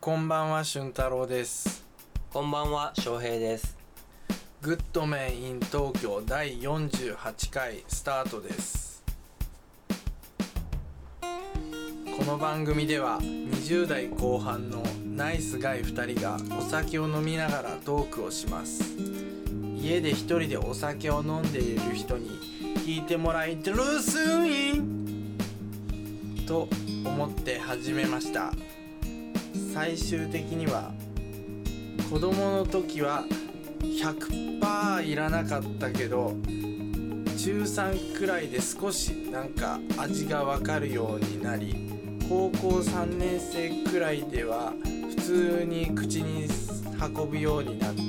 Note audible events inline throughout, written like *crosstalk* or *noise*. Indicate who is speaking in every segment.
Speaker 1: こんばんは、俊太郎です。
Speaker 2: こんばんは、翔平です。
Speaker 1: グッドメンイン東京第48回スタートです。この番組では20代後半のナイスガイ2人がお酒を飲みながらトークをします。家で一人でお酒を飲んでいる人に聞いてもらいてるすーんと思って始めました。最終的には子供の時は100%いらなかったけど中3くらいで少しなんか味がわかるようになり高校3年生くらいでは普通に口に運ぶようになって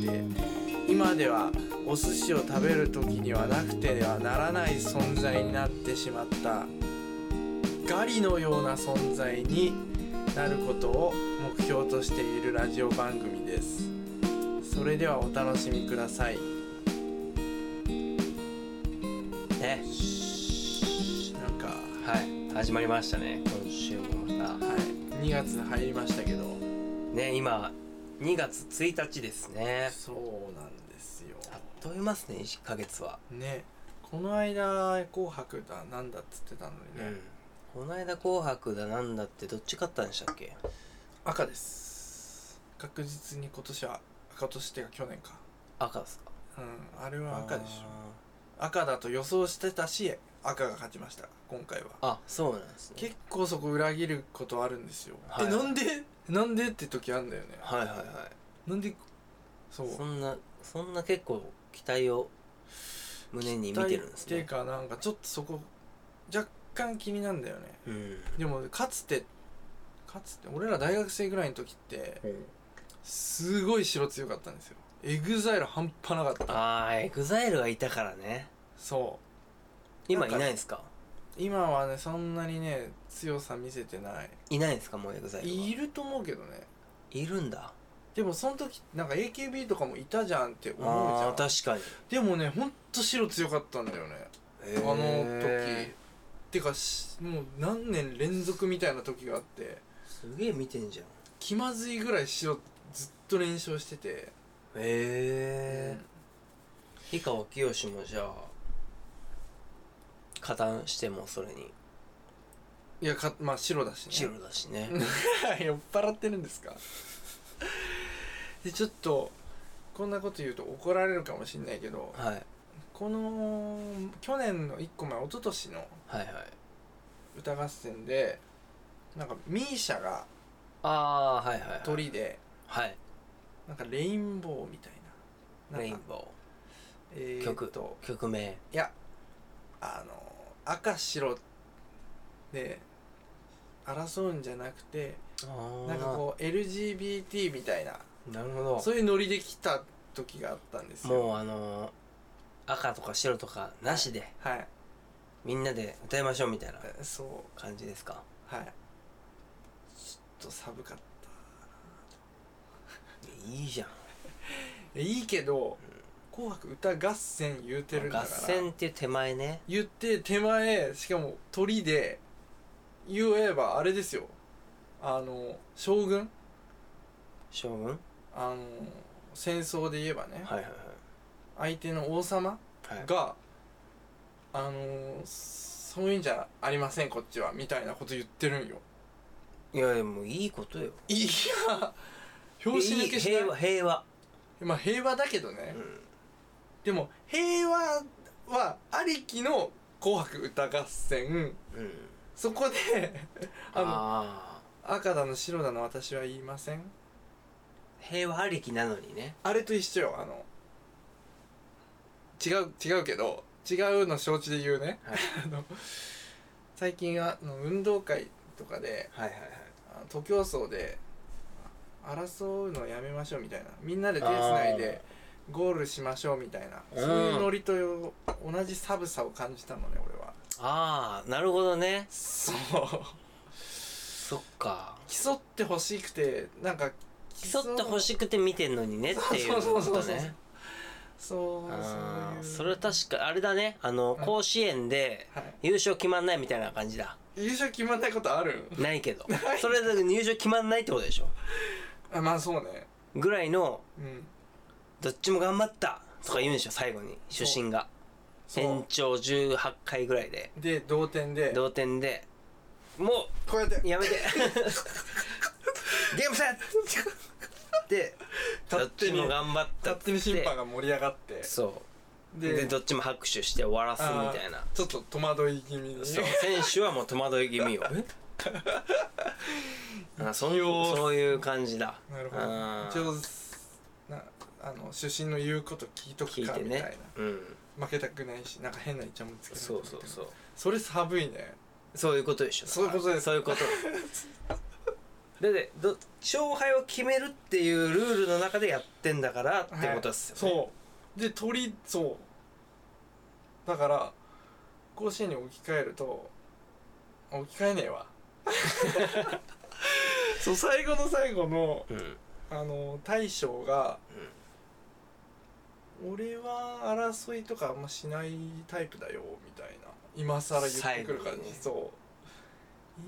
Speaker 1: 今ではお寿司を食べる時にはなくてはならない存在になってしまったガリのような存在になることを目標としているラジオ番組ですそれではお楽しみくださいなん
Speaker 2: ね。
Speaker 1: か
Speaker 2: はい、始まりましたね。今週もまた。
Speaker 1: はい2月入りましたけど
Speaker 2: ね、今、2月1日ですね。
Speaker 1: そうなんですよ
Speaker 2: あっという間ですね、1ヶ月は。
Speaker 1: ねこの間「紅白」だなんだっつってたのにね、
Speaker 2: うん。この間紅白だなんだってどっち勝ったんでしたっけ
Speaker 1: 赤です確実に今年は赤としてか去年か
Speaker 2: 赤ですか
Speaker 1: うんあれは赤でしょ赤だと予想してたし赤が勝ちました今回は
Speaker 2: あーあ、そうなんですね。
Speaker 1: 結構そこ裏切ることあるんですよ、
Speaker 2: はい
Speaker 1: えなんでなんでって時あるんだよね
Speaker 2: はいはいは
Speaker 1: なんでそう
Speaker 2: い。そんな、そんな結構期待を胸に見てるんで
Speaker 1: 期待
Speaker 2: す
Speaker 1: っていう
Speaker 2: ね。
Speaker 1: かなんかちょっとそこ若干気になるんだよね
Speaker 2: うん。
Speaker 1: でもかつてかつて俺ら大学生ぐらいの時ってすごい白強かったんですよエグザイル半端なかった
Speaker 2: あー、エグザイルがいたからね。
Speaker 1: そ
Speaker 2: 今いないですか
Speaker 1: う今はねそんなにね強さ見せてない
Speaker 2: いないですかもうエグザイル
Speaker 1: い
Speaker 2: は。
Speaker 1: ると思うけどね
Speaker 2: いるんだ。
Speaker 1: でもその時なんか AKB とかもいたじゃんって思うじゃ
Speaker 2: あ
Speaker 1: ん
Speaker 2: ー、確かに。
Speaker 1: でもねほんと白強かったんだよね
Speaker 2: あ
Speaker 1: あの時てかしもう何年連続みたいな時があって
Speaker 2: すげえ見てんじゃん
Speaker 1: 気まずいぐらい白ずっと連勝してて
Speaker 2: へえ氷川きよしもじゃあ加担してもそれに
Speaker 1: いやかまあ白だしね
Speaker 2: 白だしね
Speaker 1: *laughs* 酔っ払ってるんですか *laughs* でちょっとこんなこと言うと怒られるかもしんないけど
Speaker 2: はい
Speaker 1: この去年の1個前一昨年の
Speaker 2: はいはい
Speaker 1: 歌合戦でなんか MISIA が
Speaker 2: ああーはいはいはい
Speaker 1: 鳥で
Speaker 2: はい
Speaker 1: なんかレインボーみたいな
Speaker 2: レイ
Speaker 1: なん
Speaker 2: ン
Speaker 1: か
Speaker 2: ボ
Speaker 1: え
Speaker 2: ー
Speaker 1: ー、
Speaker 2: 曲
Speaker 1: と
Speaker 2: 曲名
Speaker 1: いやあの赤白で争うんじゃなくて
Speaker 2: ああ
Speaker 1: なんかこう LGBT みたいな
Speaker 2: うなるほど
Speaker 1: そういうノリで来た時があったんですよ
Speaker 2: もうあのー赤とか白とかなしで
Speaker 1: はい
Speaker 2: みんなで歌いましょうみたいな
Speaker 1: えそう
Speaker 2: 感じですか
Speaker 1: はいちょっと寒かった
Speaker 2: いいじゃん
Speaker 1: えいいけど「紅白歌合戦」言うてるんだ
Speaker 2: 合
Speaker 1: から
Speaker 2: 戦っていう手前ね
Speaker 1: 言って手前しかも鳥で言えばあれですよあの将軍
Speaker 2: 将軍
Speaker 1: あの戦争で言えばね、
Speaker 2: はいはい
Speaker 1: 相手の王様
Speaker 2: はいはい
Speaker 1: が、あのそういうんじゃありませんこっちはみたいなこと言ってるんよ
Speaker 2: いやでもいいことよ
Speaker 1: いや拍子抜けしない
Speaker 2: 平和平和
Speaker 1: まあ平和だけどね、
Speaker 2: うん
Speaker 1: でも平和はありきの「紅白歌合戦
Speaker 2: うん」
Speaker 1: そこで *laughs* あの
Speaker 2: あ
Speaker 1: 赤だの白だの私は言いません
Speaker 2: ー平和ありきなのにね
Speaker 1: あれと一緒よあの違う違うけど違うの承知で言うね
Speaker 2: はい
Speaker 1: *laughs* あの最近あの運動会とかで
Speaker 2: はいはいはい
Speaker 1: あの徒競走で争うのやめましょうみたいなみんなで手つないでゴールしましょうみたいな
Speaker 2: うん
Speaker 1: そういうノリとよ同じ寒さを感じたのね俺は
Speaker 2: ああなるほどね
Speaker 1: そう
Speaker 2: そっか
Speaker 1: 競ってほしくてなんか
Speaker 2: 競ってほしくて見てんのにねっていう
Speaker 1: そ
Speaker 2: こ
Speaker 1: うそうそうそう
Speaker 2: とね
Speaker 1: そう
Speaker 2: あーそ
Speaker 1: そう
Speaker 2: れ
Speaker 1: い
Speaker 2: は
Speaker 1: う
Speaker 2: 確かあれだねあの
Speaker 1: うん
Speaker 2: 甲子園で
Speaker 1: はい
Speaker 2: 優勝決まんないみたいな
Speaker 1: *laughs*
Speaker 2: 感じだ
Speaker 1: 優勝決まんないことある
Speaker 2: ないけどそれで優勝決まんないってことでしょ
Speaker 1: あまあそうね
Speaker 2: ぐらいの
Speaker 1: うん
Speaker 2: どっちも頑張ったとか言うんでしょ最後に主審が
Speaker 1: そ
Speaker 2: 延長18回ぐらいで
Speaker 1: うで同点で
Speaker 2: 同点でも
Speaker 1: こうやって
Speaker 2: う
Speaker 1: *laughs*
Speaker 2: やめてゲームセットでど
Speaker 1: 勝
Speaker 2: っ
Speaker 1: 手
Speaker 2: ち
Speaker 1: に
Speaker 2: も頑張った
Speaker 1: 勝
Speaker 2: っつって
Speaker 1: 手に審判が盛り上がって
Speaker 2: そうで
Speaker 1: で
Speaker 2: どっちも拍手して終わらす
Speaker 1: あー
Speaker 2: みたいな
Speaker 1: ちょっと戸惑い気味に
Speaker 2: そう選手はもう戸惑い
Speaker 1: *laughs*
Speaker 2: 気味よあそんそういう感じだ
Speaker 1: なるほ
Speaker 2: あー
Speaker 1: ど一応なあの主審の言うこと聞いと
Speaker 2: 聞
Speaker 1: くか
Speaker 2: いて
Speaker 1: みたいな、
Speaker 2: ねうん
Speaker 1: 負けたくないしなんか変なイチャもつけなきゃ
Speaker 2: そうそうそう
Speaker 1: それ寒いね
Speaker 2: そういうことでしょ
Speaker 1: そういうことです
Speaker 2: そ
Speaker 1: *laughs*
Speaker 2: ういうことだってど勝敗を決めるっていうルールの中でやってんだからってことですよね、
Speaker 1: そうで鳥そうだから甲子園に置き換えるとあ置き換えねえ
Speaker 2: *laughs*
Speaker 1: わそう最後の最後の
Speaker 2: そう、
Speaker 1: あの大将が、俺は争いとかあんましないタイプだよみたいな今更言ってくる感
Speaker 2: 最後に
Speaker 1: じ、
Speaker 2: ね
Speaker 1: そう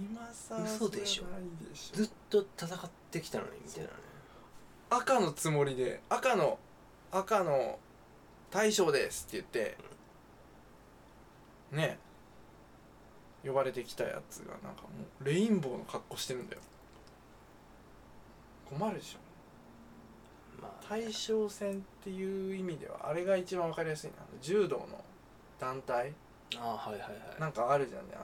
Speaker 1: 今更
Speaker 2: 嘘でしょ
Speaker 1: それはないでしょ
Speaker 2: ずっと戦ってきたのにみたいなね
Speaker 1: 赤のつもりで赤の赤の大将ですって言ってね呼ばれてきたやつがなんかもうレインボーの格好してるんだよ困るでしょ
Speaker 2: まあ
Speaker 1: 大将戦っていう意味ではあれが一番わかりやすいなあの柔道の団体
Speaker 2: あーはいはいは
Speaker 1: ないんかあるじゃんねあの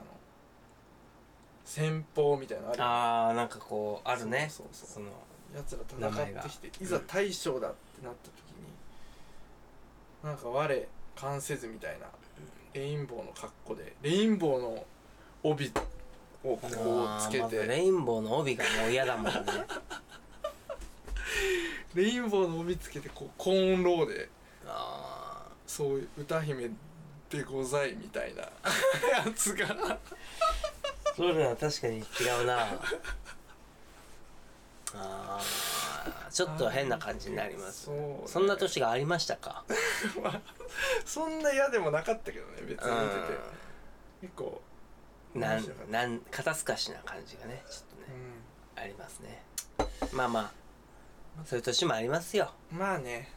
Speaker 1: 戦法みたいなのあるよ
Speaker 2: ああなんかこうあるね
Speaker 1: そうそうそう
Speaker 2: その
Speaker 1: やつ
Speaker 2: 名
Speaker 1: ら
Speaker 2: 前
Speaker 1: 戦
Speaker 2: が
Speaker 1: ってきて
Speaker 2: ん
Speaker 1: いざ大将だってなった時に、なんか我関せずみたいなレインボーの格好でレインボーの帯をここをつけ
Speaker 2: あーま
Speaker 1: て、
Speaker 2: ずレインボーの帯がもう嫌 *laughs* だもんね
Speaker 1: レインボーの帯つけてこうコーンローで
Speaker 2: あ
Speaker 1: そういう歌姫でございみた
Speaker 2: *laughs*
Speaker 1: いなやつが
Speaker 2: あそういうのは確かに違うなあーちょっと変な感じになります
Speaker 1: そうね
Speaker 2: そんな年がありましたか
Speaker 1: そんな嫌でもなかったけどね別に見てて
Speaker 2: うん
Speaker 1: 結構
Speaker 2: な
Speaker 1: 面
Speaker 2: ん
Speaker 1: 白かった
Speaker 2: なん肩透かしな感じがねちょっと
Speaker 1: う
Speaker 2: ねありますねまあまあそういう年もありますよ
Speaker 1: んまあね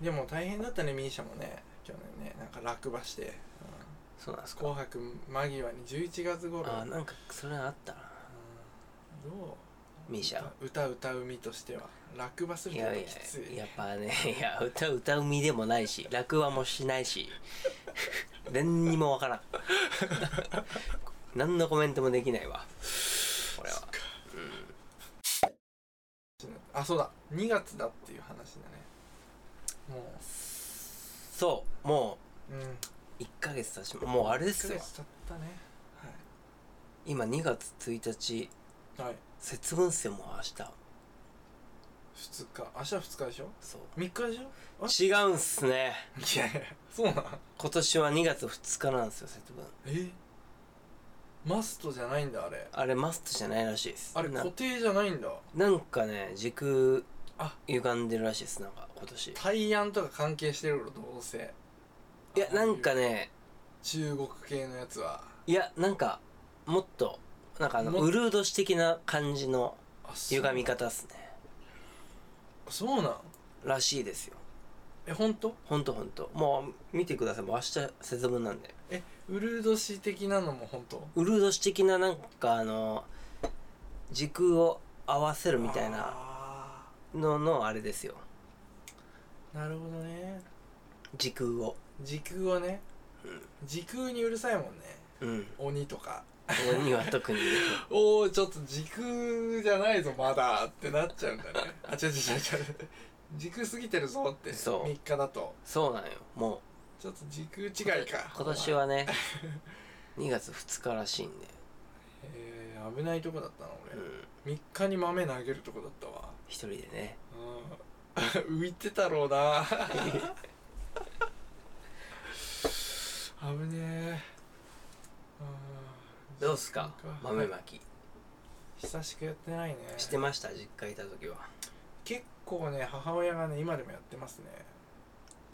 Speaker 1: でも大変だったねミーシャもね去年ねなんか落馬して、うん
Speaker 2: そうなんですか
Speaker 1: 紅白間際に11月頃
Speaker 2: ああなんかそれはあったな
Speaker 1: うんどう
Speaker 2: ミーシャ
Speaker 1: 歌歌歌う身としては落馬する
Speaker 2: い
Speaker 1: とやっ
Speaker 2: や
Speaker 1: ぱ
Speaker 2: い
Speaker 1: きつい
Speaker 2: ややっぱねいや歌歌う身でもないし落話もしないし何にもわからん *laughs* 何のコメントもできないわこれは
Speaker 1: あそうだ2月だっていう話だねも
Speaker 2: そうも
Speaker 1: ううん
Speaker 2: う1ヶ月経ちももうあれです
Speaker 1: 1
Speaker 2: よ
Speaker 1: ヶ月経ったね
Speaker 2: 今2月1日
Speaker 1: はい、はい、
Speaker 2: 節分っすよもう明日
Speaker 1: 2日明日2日でしょ
Speaker 2: そ
Speaker 1: 3日でしょ
Speaker 2: う違うんすね
Speaker 1: いやいやそうなん
Speaker 2: 今年は2月2日なんですよ節分
Speaker 1: えマストじゃないんだあれ
Speaker 2: あれマストじゃないらしいです
Speaker 1: あれ
Speaker 2: な
Speaker 1: 固定じゃないんだ
Speaker 2: なんかね時空
Speaker 1: あ
Speaker 2: 歪んでるらしいですなんか今年
Speaker 1: 大安とか関係してるのどうせ
Speaker 2: いやなんかね
Speaker 1: 中国系のやつはい
Speaker 2: やなんかもっとなんかあの
Speaker 1: もっ
Speaker 2: ウルード氏的な感じの
Speaker 1: あそう
Speaker 2: 歪み方っすね
Speaker 1: そうなん
Speaker 2: らしいですよ
Speaker 1: え本当
Speaker 2: ほんとほんともう見てくださいもう明日節分なんで
Speaker 1: えウルード氏的なのも本当
Speaker 2: ウルード氏的ななんかあの時空を合わせるみたいな
Speaker 1: あ
Speaker 2: ののあれですよ
Speaker 1: ーなるほどね
Speaker 2: 時空を
Speaker 1: 時空をね、時空にうるさいもんね
Speaker 2: うん
Speaker 1: 鬼とか
Speaker 2: 鬼は
Speaker 1: *laughs*
Speaker 2: 特にね
Speaker 1: おおちょっと時空じゃないぞまだってなっちゃうんだねあ違う違う違う違う時空過ぎてるぞって
Speaker 2: そう
Speaker 1: 3日だと
Speaker 2: そうなんよもう
Speaker 1: ちょっと時空違いか
Speaker 2: 今年はね2月2日らしいんで、
Speaker 1: えー、危ないとこだったな
Speaker 2: う
Speaker 1: 俺、
Speaker 2: ん、
Speaker 1: 3日に豆投げるとこだったわ
Speaker 2: 一人でね *laughs*
Speaker 1: うん *laughs* 浮いてたろうな危ねえうん
Speaker 2: どうっすか豆まき
Speaker 1: 久しくやってないね
Speaker 2: してました実家いた時は
Speaker 1: 結構ね母親がね今でもやってますね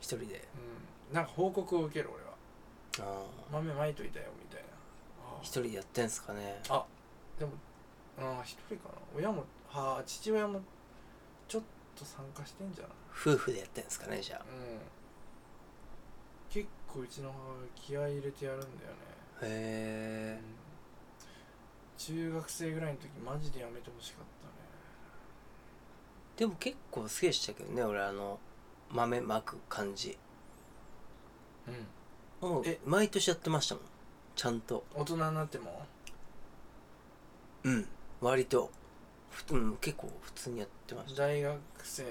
Speaker 2: 一人で
Speaker 1: うんなんか報告を受ける俺は
Speaker 2: ああ
Speaker 1: 豆まいといたよみたいなあ
Speaker 2: 一人でやってんすかね
Speaker 1: あでもあ一人かな親もはあ父親もちょっと参加してんじゃん
Speaker 2: 夫婦でやってんですかねじゃあ
Speaker 1: うん結構うちの母親気合い入れてやるんだよね
Speaker 2: へ
Speaker 1: 中学生ぐらいの時マジでやめてほしかったね
Speaker 2: でも結構すげえしたけどね俺あの豆まく感じ
Speaker 1: うん
Speaker 2: うん
Speaker 1: え
Speaker 2: 毎年やってましたもんちゃんと
Speaker 1: 大人になっても
Speaker 2: うん割とふうん結構普通にやってました
Speaker 1: 大学生の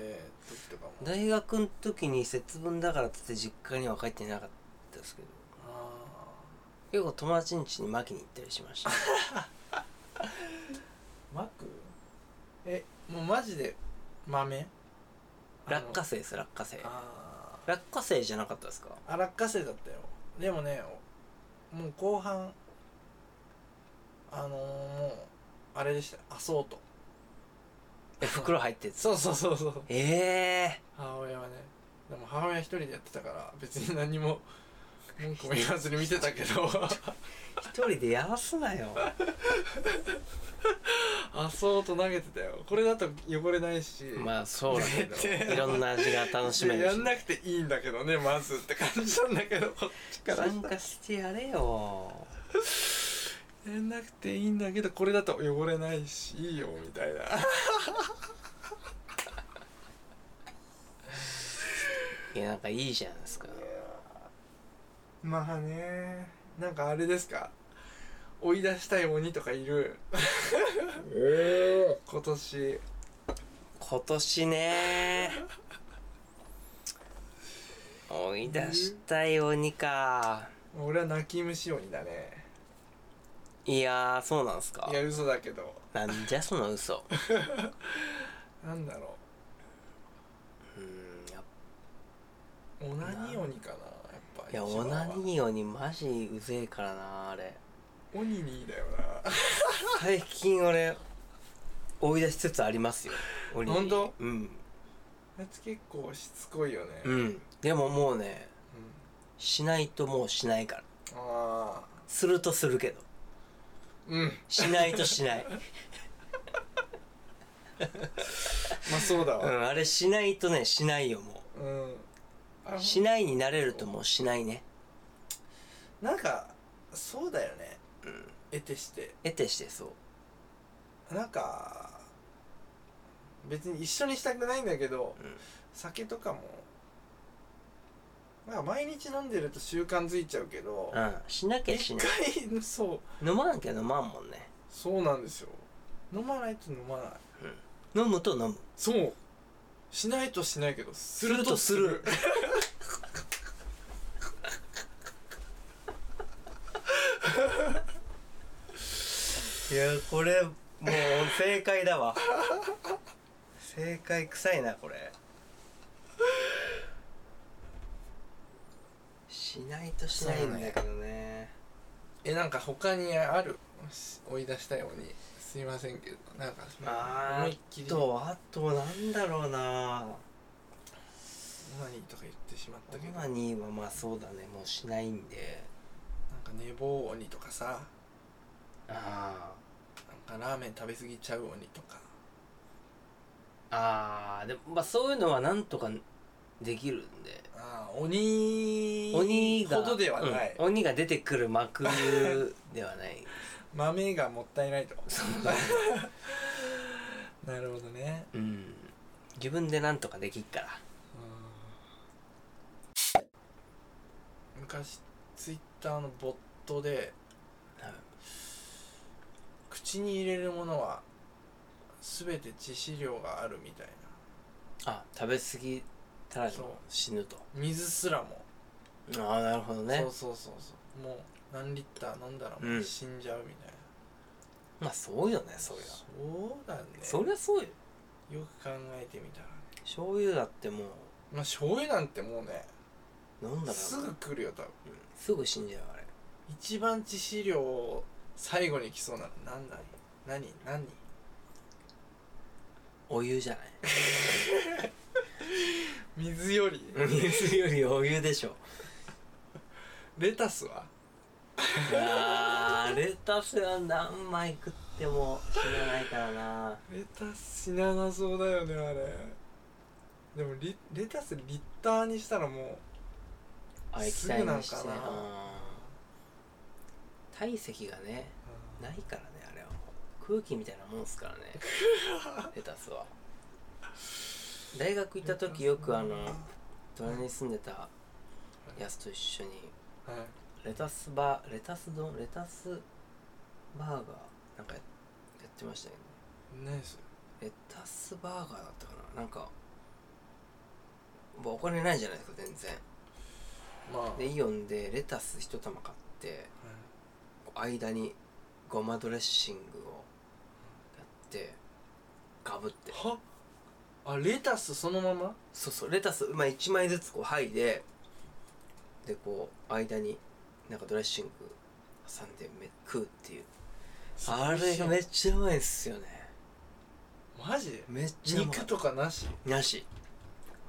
Speaker 1: 時とかも
Speaker 2: 大学の時に節分だからっつって実家には帰ってなかったですけど
Speaker 1: あ
Speaker 2: 結構友達ん家に巻きに行ったりしました
Speaker 1: ーマックえもうマジで豆
Speaker 2: 落花生です落花生
Speaker 1: あのあー
Speaker 2: 落花生じゃなかったですか
Speaker 1: あ落花生だったよでもねおもう後半あのー、もうあれでしたあそうと
Speaker 2: え袋入ってる
Speaker 1: そうそうそうそう
Speaker 2: ええ
Speaker 1: 母親はねでも母親一人でやってたから別に何も文句も言わずに見てたけ *laughs* ど
Speaker 2: ー、一人でやらすなよ
Speaker 1: あそうと投げてたよこれだと汚れないし
Speaker 2: まあそうだけ
Speaker 1: 絶対
Speaker 2: どいろんな味が楽しめ
Speaker 1: で
Speaker 2: る
Speaker 1: や
Speaker 2: し
Speaker 1: んなくていいんだけどねまずって感じなんだけどこっちから *laughs*
Speaker 2: 参加してやれよ
Speaker 1: やんなくていいんだけどこれだと汚れないしいいよみたいな
Speaker 2: いやなんかいいじゃないですか
Speaker 1: まあねなんかあれですか追い出したい鬼とかいる今年
Speaker 2: 今年ね追い出したい鬼か
Speaker 1: 俺は泣き虫鬼だね
Speaker 2: いやーそうなんすか
Speaker 1: いや嘘だけど
Speaker 2: なんじゃその *laughs* 嘘
Speaker 1: なんだろう
Speaker 2: うんやっ
Speaker 1: オナニー鬼かなやっぱ
Speaker 2: ぱいや
Speaker 1: 一
Speaker 2: オ
Speaker 1: 番は
Speaker 2: ナニー鬼マジうぜえからなあれ
Speaker 1: オニニーだよな
Speaker 2: 最近俺追い出しつつありますよ鬼に
Speaker 1: ほんと
Speaker 2: うん
Speaker 1: あいつ結構しつこいよね
Speaker 2: う
Speaker 1: うん
Speaker 2: んでももうねしないともうしないから
Speaker 1: ああ
Speaker 2: するとするけど
Speaker 1: うん
Speaker 2: しないとしない
Speaker 1: まあそうだ
Speaker 2: う
Speaker 1: わ
Speaker 2: ん、あれしないとね、しないよ、も
Speaker 1: うん、あ
Speaker 2: う。しないになれるともうしないね。
Speaker 1: なんかそうだよね、得てして
Speaker 2: 得てしてそう。
Speaker 1: なんか別に一緒にしたくないんだけど、
Speaker 2: うん
Speaker 1: 酒とかもなんか毎日飲んでると習慣づいちゃうけど、
Speaker 2: うん、しなきゃ
Speaker 1: 一
Speaker 2: しない。
Speaker 1: 回そう
Speaker 2: 飲まなきゃ飲まんもんね。
Speaker 1: そうなんですよ飲まないと飲まない
Speaker 2: 飲むと飲む。
Speaker 1: そうしないとしないけどす
Speaker 2: るとするいや、これ、もう正解だわ。正解臭いな、これ。しないとしないんだけどね。
Speaker 1: えなんか他にあるし追い出したようにすいませんけどなんか
Speaker 2: あー
Speaker 1: 思いっきり何
Speaker 2: とあとなんだろうな
Speaker 1: とか言ってしまったけど
Speaker 2: 今にはまあそうだねもうしないんで
Speaker 1: なんか寝坊鬼とかさ
Speaker 2: あ
Speaker 1: なんかラーメン食べ過ぎちゃう鬼とか
Speaker 2: ああーでもまあそういうのはなんとかできるんで
Speaker 1: ああ鬼
Speaker 2: 鬼が
Speaker 1: ほどではない、
Speaker 2: うん鬼が出てくる幕ではない
Speaker 1: 豆がもったいないと *laughs* なるほどね
Speaker 2: うん自分でなんとかできっから
Speaker 1: うん昔ツイッターのボットで口に入れるものは全て致死量があるみたい
Speaker 2: あ食べ過ぎたら
Speaker 1: そう
Speaker 2: 死ぬと
Speaker 1: な水すらも、
Speaker 2: ああなるほどね
Speaker 1: そうそうそうそうもう何リッター飲んだら
Speaker 2: う
Speaker 1: もうん死んじゃうみたいな、
Speaker 2: まあそうよねそりゃ
Speaker 1: そうだね
Speaker 2: そりゃそうよ
Speaker 1: よく考えてみたらね
Speaker 2: 醤油だっても
Speaker 1: まあ醤油なんてもうね
Speaker 2: う飲んだら
Speaker 1: すぐ来るよ多分
Speaker 2: うんすぐ死んじゃうあれ
Speaker 1: 一番致死量を最後に来そうなの何何何何
Speaker 2: お湯じゃない
Speaker 1: 水より
Speaker 2: 水よりお湯でしょ
Speaker 1: レタスは
Speaker 2: あーレタスは何枚食っても死なないからな
Speaker 1: レタス死ななそうだよねあれでもリレタスリッターにしたらも
Speaker 2: あ液体にして
Speaker 1: すぐなんかな
Speaker 2: うん体積がね
Speaker 1: う
Speaker 2: ないからねあれはもう空気みたいなもんですからねレタスは大学行った時よくあの隣に住んでたやつと一緒に
Speaker 1: はい
Speaker 2: レタスバーレタス丼レタスバーガーなんかやってましたけどね
Speaker 1: 何です
Speaker 2: レタスバーガーだったかななんかもうお金ないじゃないですか全然
Speaker 1: まあ、はい
Speaker 2: でイオンでレタス一玉買ってこう間にごまドレッシングをやってかぶって
Speaker 1: はあレタスそのまま
Speaker 2: そうそうレタス、まあ、1枚ずつこう剥いででこう間になんかドレッシング挟んでめ食うっていうあれがめっちゃうまいっすよね
Speaker 1: マジ
Speaker 2: めっちゃうまか
Speaker 1: 肉
Speaker 2: っ
Speaker 1: とかなした
Speaker 2: なし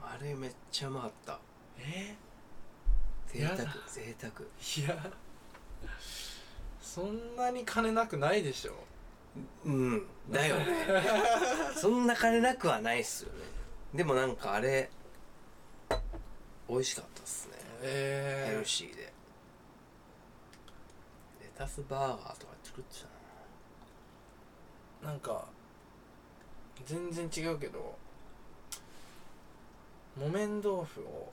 Speaker 2: あれめっちゃうまかった
Speaker 1: え
Speaker 2: 贅沢
Speaker 1: やだ
Speaker 2: 贅沢
Speaker 1: ーいやそんなに金なくないでしょ
Speaker 2: うんだ
Speaker 1: *laughs*
Speaker 2: よねそんな金なくはないっすよねでもなんかあれ美味しかったっすねヘ
Speaker 1: え
Speaker 2: ルシーでレタスバーガーとか作ってたな
Speaker 1: ー、なんか全然違うけど木綿豆腐を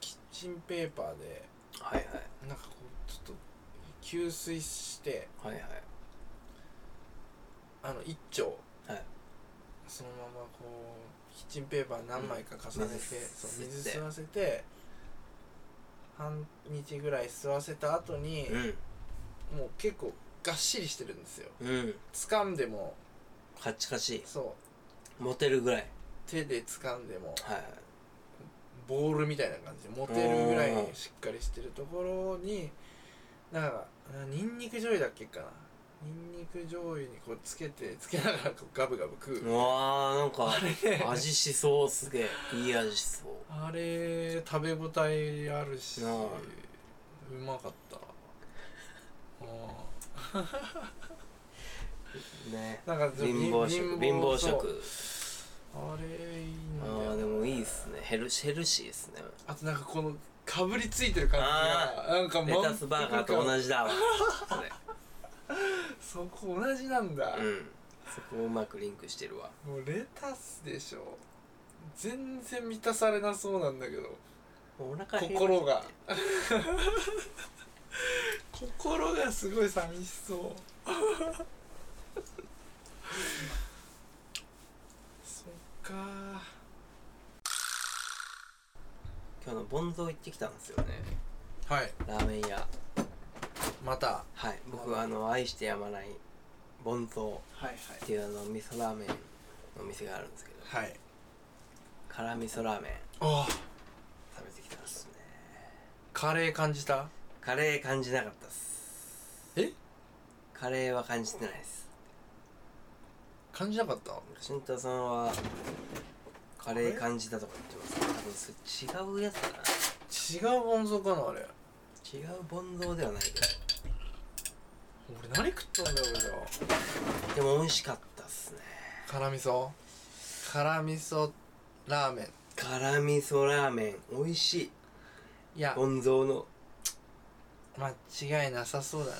Speaker 1: キッチンペーパーで
Speaker 2: はい
Speaker 1: なんかこうちょっと吸水して
Speaker 2: はいはいはい
Speaker 1: あの一丁、
Speaker 2: はい
Speaker 1: そのままこうキッチンペーパー何枚か重ねて、
Speaker 2: うん
Speaker 1: そ
Speaker 2: 水
Speaker 1: う
Speaker 2: 吸って
Speaker 1: 水吸わせて半日ぐらい吸わせた後に、もう結構がっしりしてるんですよ
Speaker 2: うんうん
Speaker 1: 掴んでも
Speaker 2: カチカチ
Speaker 1: そう
Speaker 2: モテるぐらい
Speaker 1: 手で掴んでも
Speaker 2: はいはい
Speaker 1: ボールみたいな感じで持てるぐらいしっかりしてるところになんかなニンニク醤油だっけかなニンニク醤油にこうつけてつけながらこうガブガブ食う、
Speaker 2: うわーなん
Speaker 1: あ
Speaker 2: か
Speaker 1: れね
Speaker 2: 味しそうすげえいい味しそう
Speaker 1: *laughs* あれ食べ応えあるし
Speaker 2: なあ
Speaker 1: うまかったあ
Speaker 2: ね
Speaker 1: ーなんかちょっと
Speaker 2: 貧乏食貧乏食
Speaker 1: そうあれいいん
Speaker 2: あ
Speaker 1: だよな
Speaker 2: ーでもいいっすねヘルシヘルシーですね
Speaker 1: あとなんかこのかぶりついてる感じがなんか
Speaker 2: レタスバーガーと同
Speaker 1: じ
Speaker 2: じだわそれ
Speaker 1: そこ同じなんだ、
Speaker 2: うんそこをうまくリンクしてるわ
Speaker 1: もうレタスでしょ全然満たされなそうなんだけど
Speaker 2: お腹減りました
Speaker 1: 心が心がすごい寂しそう *laughs* そっか
Speaker 2: 今日のボンゾー行ってきたんですよね
Speaker 1: はい
Speaker 2: ラーメン屋
Speaker 1: また
Speaker 2: はい僕あの愛してやまないボンゾ
Speaker 1: はいはい
Speaker 2: ーっていうあの味噌ラーメンのお店があるんですけど
Speaker 1: はい
Speaker 2: 辛味噌ラーメン
Speaker 1: ああ
Speaker 2: 食べてきたんですね
Speaker 1: カレー感じた
Speaker 2: カレー感じなかったっす
Speaker 1: え
Speaker 2: カレーは感じてないです
Speaker 1: 感じなかった
Speaker 2: 俊太さんはカレー感じたとか言ってますけど多分それ違うやつだな
Speaker 1: 違うボンゾかなあれ
Speaker 2: 違うボンゾーではないけ
Speaker 1: 俺何食ったんだよ俺じゃ
Speaker 2: どでも美味しかったっすね
Speaker 1: 辛味噌辛味噌ラーメン
Speaker 2: 辛味噌ラーメン美味しい
Speaker 1: いや
Speaker 2: ボンゾーの
Speaker 1: 間違いなさそうだね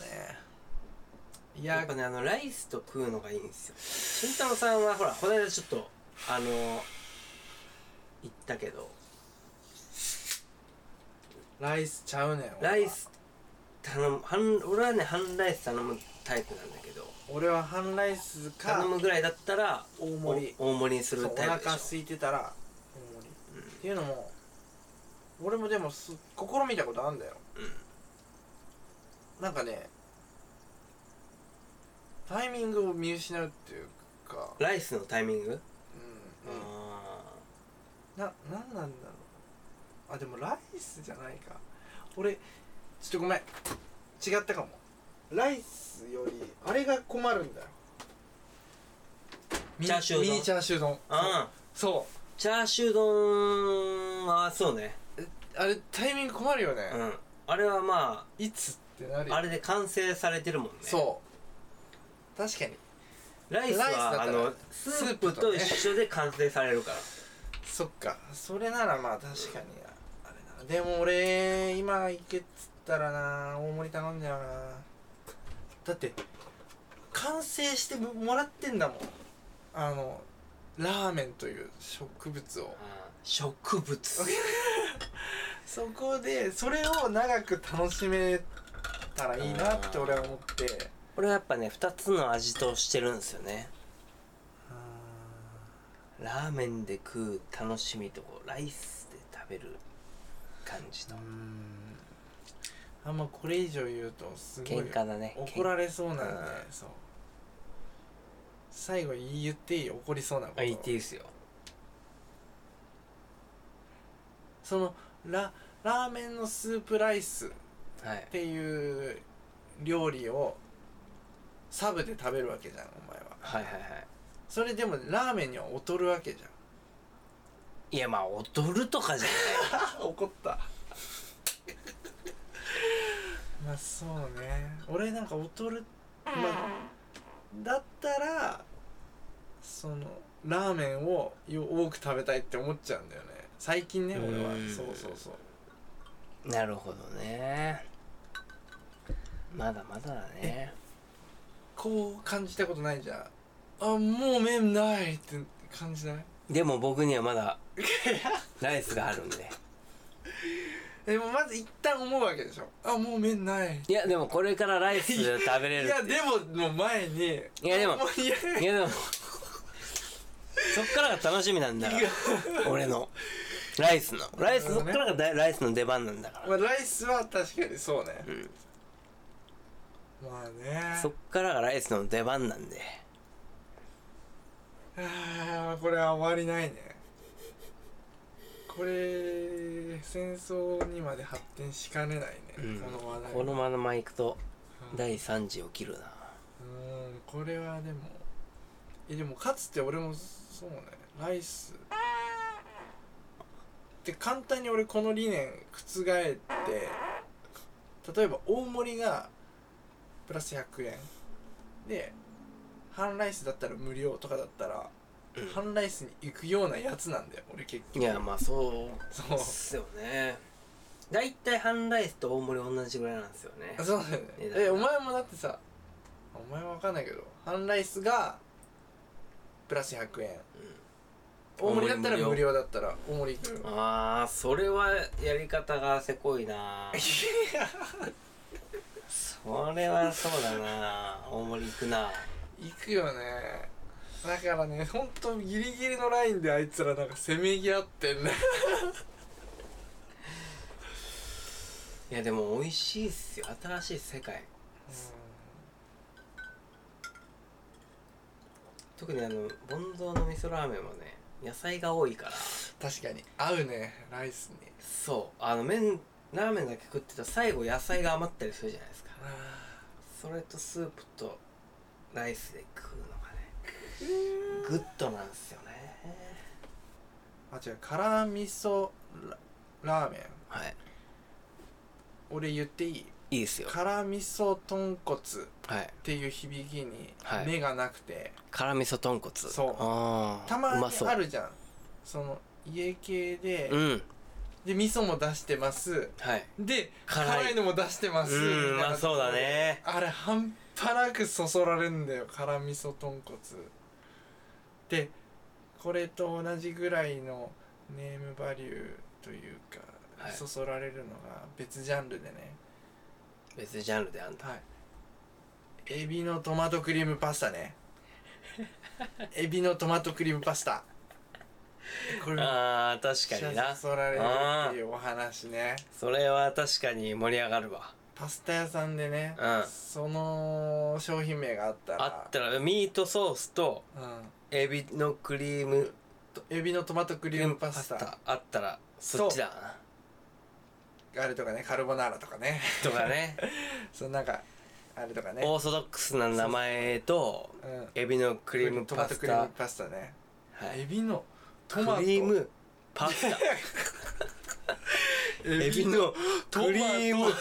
Speaker 1: い
Speaker 2: や
Speaker 1: や
Speaker 2: っぱねあのライスと食うのがいいんですよ俊太郎さんはほらこの間ちょっとあのー言ったけど
Speaker 1: ライスちゃうねん俺は
Speaker 2: ライス頼む半俺はね半ライス頼むタイプなんだけど
Speaker 1: 俺は半ライスか
Speaker 2: 頼むぐらいだったら
Speaker 1: 大
Speaker 2: お
Speaker 1: 盛り
Speaker 2: 大盛りにす
Speaker 1: そう
Speaker 2: る
Speaker 1: お
Speaker 2: タイプでしょ
Speaker 1: 腹空いてたら大盛り、っていうのも俺もでもす試みたことあるんだよなんかねタイミングを見失うっていうか
Speaker 2: ライスのタイミング、
Speaker 1: うん、うん、
Speaker 2: あ
Speaker 1: な何なんだろうあでもライスじゃないか俺ちょっとごめん違ったかもライスよりあれが困るんだよミニ
Speaker 2: チャーシュー丼
Speaker 1: ミニチャーシュー丼
Speaker 2: あ
Speaker 1: そ
Speaker 2: チャーシュー丼はそうね
Speaker 1: うあれタイミング困るよね、
Speaker 2: うんあれはま
Speaker 1: いつってなる
Speaker 2: あ
Speaker 1: よ
Speaker 2: あれで完成されてるもんね
Speaker 1: そ確かに
Speaker 2: ライスは
Speaker 1: ライスだったら
Speaker 2: あの
Speaker 1: ス
Speaker 2: スー
Speaker 1: ー
Speaker 2: プ
Speaker 1: プ
Speaker 2: と
Speaker 1: とね
Speaker 2: 一緒で完成されるから
Speaker 1: そっかそれならまあ確かにあれなでも俺今行けっつったらな大盛り頼んじゃうなだって完成してもらってんだもんあのラーメンという植物を
Speaker 2: 植物
Speaker 1: そこでそれを長く楽しめたらいいなって俺は思って
Speaker 2: これはやっぱね2つの味としてるんですよね
Speaker 1: あ
Speaker 2: ラーメンで食う楽しみとこうライスで食べる感じ
Speaker 1: ー
Speaker 2: と
Speaker 1: うーんあんまこれ以上言うとすごい
Speaker 2: 喧嘩だね
Speaker 1: 怒られそうなんで
Speaker 2: うん
Speaker 1: そう最後言っていい怒りそうなこと
Speaker 2: あ言っていいですよ
Speaker 1: そのララーメンのスープライスっ
Speaker 2: はい
Speaker 1: ていう料理をサブで食べるわけじゃんお前は
Speaker 2: はいはいは
Speaker 1: それでもラーメンには劣るわけじ
Speaker 2: いいやまあ踊るとかじゃない
Speaker 1: ゃ
Speaker 2: *laughs*
Speaker 1: ん怒った *laughs* まあそうね俺なんか劣るまあだったらそのラーメンをよ多く食べたいって思っちゃうんだよね最近ね俺は
Speaker 2: うん
Speaker 1: そうそうそう
Speaker 2: *laughs* なるほどねまだまだだね
Speaker 1: こう感じたことないじゃんあもう麺ないって感じない
Speaker 2: でも僕には
Speaker 1: *laughs*
Speaker 2: まだライスがあるんで
Speaker 1: でもまず一旦思うわけでしょあもう麺ない
Speaker 2: いやでもこれからライスで食べれ
Speaker 1: い
Speaker 2: る
Speaker 1: やでももう前に
Speaker 2: いやでも
Speaker 1: もういや
Speaker 2: いやでもそっからが楽しみなんだから俺のライスのライス
Speaker 1: なる
Speaker 2: そ
Speaker 1: ほ
Speaker 2: っ
Speaker 1: ど
Speaker 2: か
Speaker 1: ね
Speaker 2: らがだライスの出番なんだから
Speaker 1: まあライスは確かにそうね
Speaker 2: うん
Speaker 1: まあね
Speaker 2: そっからがライスの出番なんで
Speaker 1: あーこれは終わりないねこれ戦争にまで発展しかねないね、
Speaker 2: うん
Speaker 1: この話題
Speaker 2: このままいくと
Speaker 1: うん
Speaker 2: 第3次起きるな
Speaker 1: うんこれはでもえでもかつて俺もそうねライスで簡単に俺この理念覆って例えば大盛りがプラス100円で半ライスだったら無料とかだったら、半ライスに行くようなやつなんだよ俺結
Speaker 2: い
Speaker 1: 局
Speaker 2: やまあそう
Speaker 1: そう
Speaker 2: っすよねだいたい半ライスと大盛り同じぐらいなんですよね
Speaker 1: あそうだよね
Speaker 2: 値段
Speaker 1: えお前もだってさお前は分かんないけど半ライスがプラス100円、大盛りだったら無料だったら大盛りいくよ
Speaker 2: ああそれはやり方がせこいなそれはそうだな大盛りいくな
Speaker 1: 行くよねだからねほんとギリギリのラインであいつらなんかせめぎ合ってんね
Speaker 2: いやでも美味しいっすよ新しい世界特にあのボンゾーの味噌ラーメンもね野菜が多いから
Speaker 1: 確かに合うねライスに
Speaker 2: そうあの麺ラーメンだけ食ってたら最後野菜が余ったりするじゃないですかそれとスープとライスで食うのがねグッドなんですよね
Speaker 1: あ違う辛味噌ララーメン
Speaker 2: はい
Speaker 1: 俺言っていい
Speaker 2: いいですよ
Speaker 1: 辛味噌豚骨っ
Speaker 2: はい
Speaker 1: ていう響きに
Speaker 2: はい
Speaker 1: 目がなくて、
Speaker 2: 辛味噌豚骨
Speaker 1: そう
Speaker 2: あー
Speaker 1: たま
Speaker 2: う
Speaker 1: に
Speaker 2: そう
Speaker 1: あるじゃんその家系で、
Speaker 2: うん
Speaker 1: で味噌も出してます
Speaker 2: はい
Speaker 1: で
Speaker 2: 辛い
Speaker 1: 辛いのも出してます
Speaker 2: うん
Speaker 1: みたいな
Speaker 2: まあそうだね
Speaker 1: あれ半端なくそそられんだよ辛味噌豚骨でこれと同じぐらいのネームバリューというか、
Speaker 2: はい
Speaker 1: そそられるのが別ジャンルでね
Speaker 2: 別ジャンルであんた
Speaker 1: はいエビのトマトクリームパスタ
Speaker 2: *laughs*
Speaker 1: ねエビのトマトクリームパスタこれめっ
Speaker 2: あー確
Speaker 1: ち
Speaker 2: か
Speaker 1: ゃ
Speaker 2: にな
Speaker 1: そそられるっていうお話ね
Speaker 2: それは確かに盛り上がるわ
Speaker 1: パスタ屋さんでね、
Speaker 2: うん
Speaker 1: その商品名があったら
Speaker 2: あったらミートソースと
Speaker 1: うん
Speaker 2: エビのクリーム
Speaker 1: エビのトマトク
Speaker 2: ク
Speaker 1: リームパスタ
Speaker 2: あったらそっちだ
Speaker 1: あれとかねカルボナーラとかね *laughs*
Speaker 2: とかね
Speaker 1: そのなんかあれとかね
Speaker 2: オーソドックスな名前と
Speaker 1: うん、
Speaker 2: エビのク
Speaker 1: ク
Speaker 2: リーム
Speaker 1: ト
Speaker 2: パス
Speaker 1: マトクリー
Speaker 2: タ
Speaker 1: ムパスタね、
Speaker 2: はい
Speaker 1: エビの
Speaker 2: ク
Speaker 1: トマト
Speaker 2: リームパスタ *laughs* エビのクリーム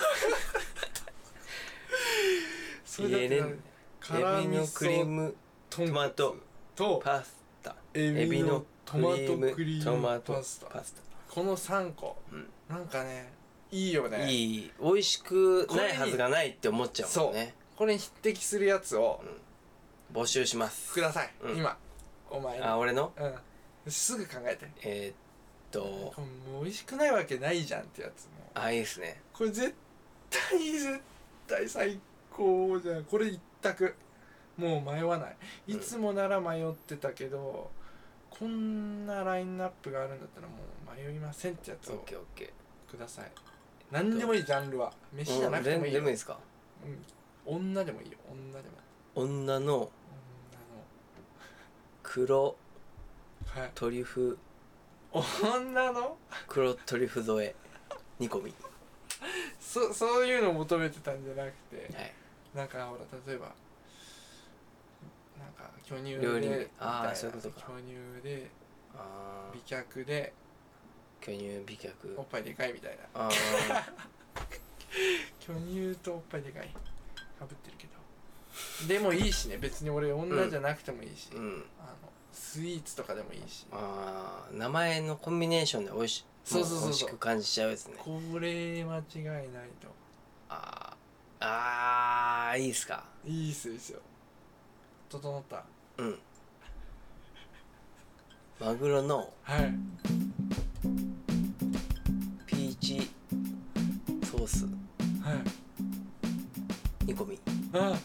Speaker 1: それだって
Speaker 2: 入れれんエ
Speaker 1: 辛
Speaker 2: ビ
Speaker 1: 味
Speaker 2: の
Speaker 1: 噌
Speaker 2: クリーム
Speaker 1: ト
Speaker 2: トマト
Speaker 1: と
Speaker 2: パスタ
Speaker 1: エ
Speaker 2: エ
Speaker 1: ビ
Speaker 2: ビ
Speaker 1: の
Speaker 2: の
Speaker 1: ト
Speaker 2: ク
Speaker 1: マト
Speaker 2: リーム
Speaker 1: クリ
Speaker 2: ト
Speaker 1: ー
Speaker 2: マ
Speaker 1: ム
Speaker 2: ト
Speaker 1: パスタ
Speaker 2: パス
Speaker 1: この3個
Speaker 2: タ、う
Speaker 1: なんかねいいよ
Speaker 2: ん、
Speaker 1: ね
Speaker 2: いい美味しくないはずがないって思っちゃうもんね
Speaker 1: これに匹敵するやつを
Speaker 2: 募集します
Speaker 1: ください、
Speaker 2: うん
Speaker 1: 今お前に
Speaker 2: あ俺の
Speaker 1: うんすぐ考えて
Speaker 2: えーっと
Speaker 1: これもう美味しくないわけないじゃんってやつも
Speaker 2: あいいですね
Speaker 1: これ絶対絶対最高じゃんこれ一択もう迷わない
Speaker 2: うん
Speaker 1: いつもなら迷ってたけど、こんなラインナップがあるんだったらもう迷いませんってやつ
Speaker 2: オッ
Speaker 1: を
Speaker 2: ケーオッケ
Speaker 1: ください何でもいいジャンルは飯じ
Speaker 2: ー
Speaker 1: ゃな
Speaker 2: う
Speaker 1: く
Speaker 2: ん
Speaker 1: ても
Speaker 2: で
Speaker 1: いい
Speaker 2: で
Speaker 1: よ
Speaker 2: もいいですか
Speaker 1: うん、女でもいいよ女でも
Speaker 2: 女の
Speaker 1: 女
Speaker 2: 黒
Speaker 1: のはい
Speaker 2: トリュフ
Speaker 1: 女の
Speaker 2: 黒トリュフ添え煮込み
Speaker 1: そそういうのを求めてたんじゃなくて
Speaker 2: はい
Speaker 1: なんかほら例えばなんか巨乳で
Speaker 2: 料
Speaker 1: み
Speaker 2: 理
Speaker 1: たい
Speaker 2: 名あー
Speaker 1: な
Speaker 2: そういうことか
Speaker 1: 巨乳で
Speaker 2: あ
Speaker 1: 美脚で
Speaker 2: ー巨乳美脚
Speaker 1: おっぱいでかいみたいな
Speaker 2: あー
Speaker 1: 巨乳とおっぱいでかいかぶってるけどでもいいしね別に俺女じゃなくてもいい *laughs* し、
Speaker 2: うん
Speaker 1: あのスイーツとかでもいいし
Speaker 2: あー名前のコンビネーションで美味し
Speaker 1: そうそうそうそう
Speaker 2: も美味しく感じちゃうですね
Speaker 1: これ間違いないと
Speaker 2: あーあーいいっすか
Speaker 1: いいスイですよ整った
Speaker 2: うんマグロの
Speaker 1: はい
Speaker 2: ピーチソース
Speaker 1: はい
Speaker 2: 煮込み
Speaker 1: あ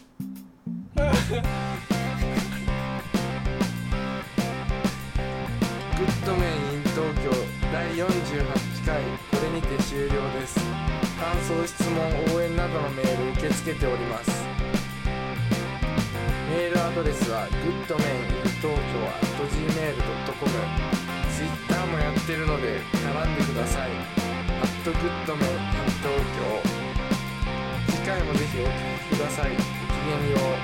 Speaker 1: グッドメイン in 東京第48回これにて終了です感想質問応援などのメール受け付けておりますメールアドレスはグッドメイン in 東京 gmail.com ツイッターもやってるので並んでくださいアットグッドメイン in 東京次回もぜひお聴きください。ごきげんよう。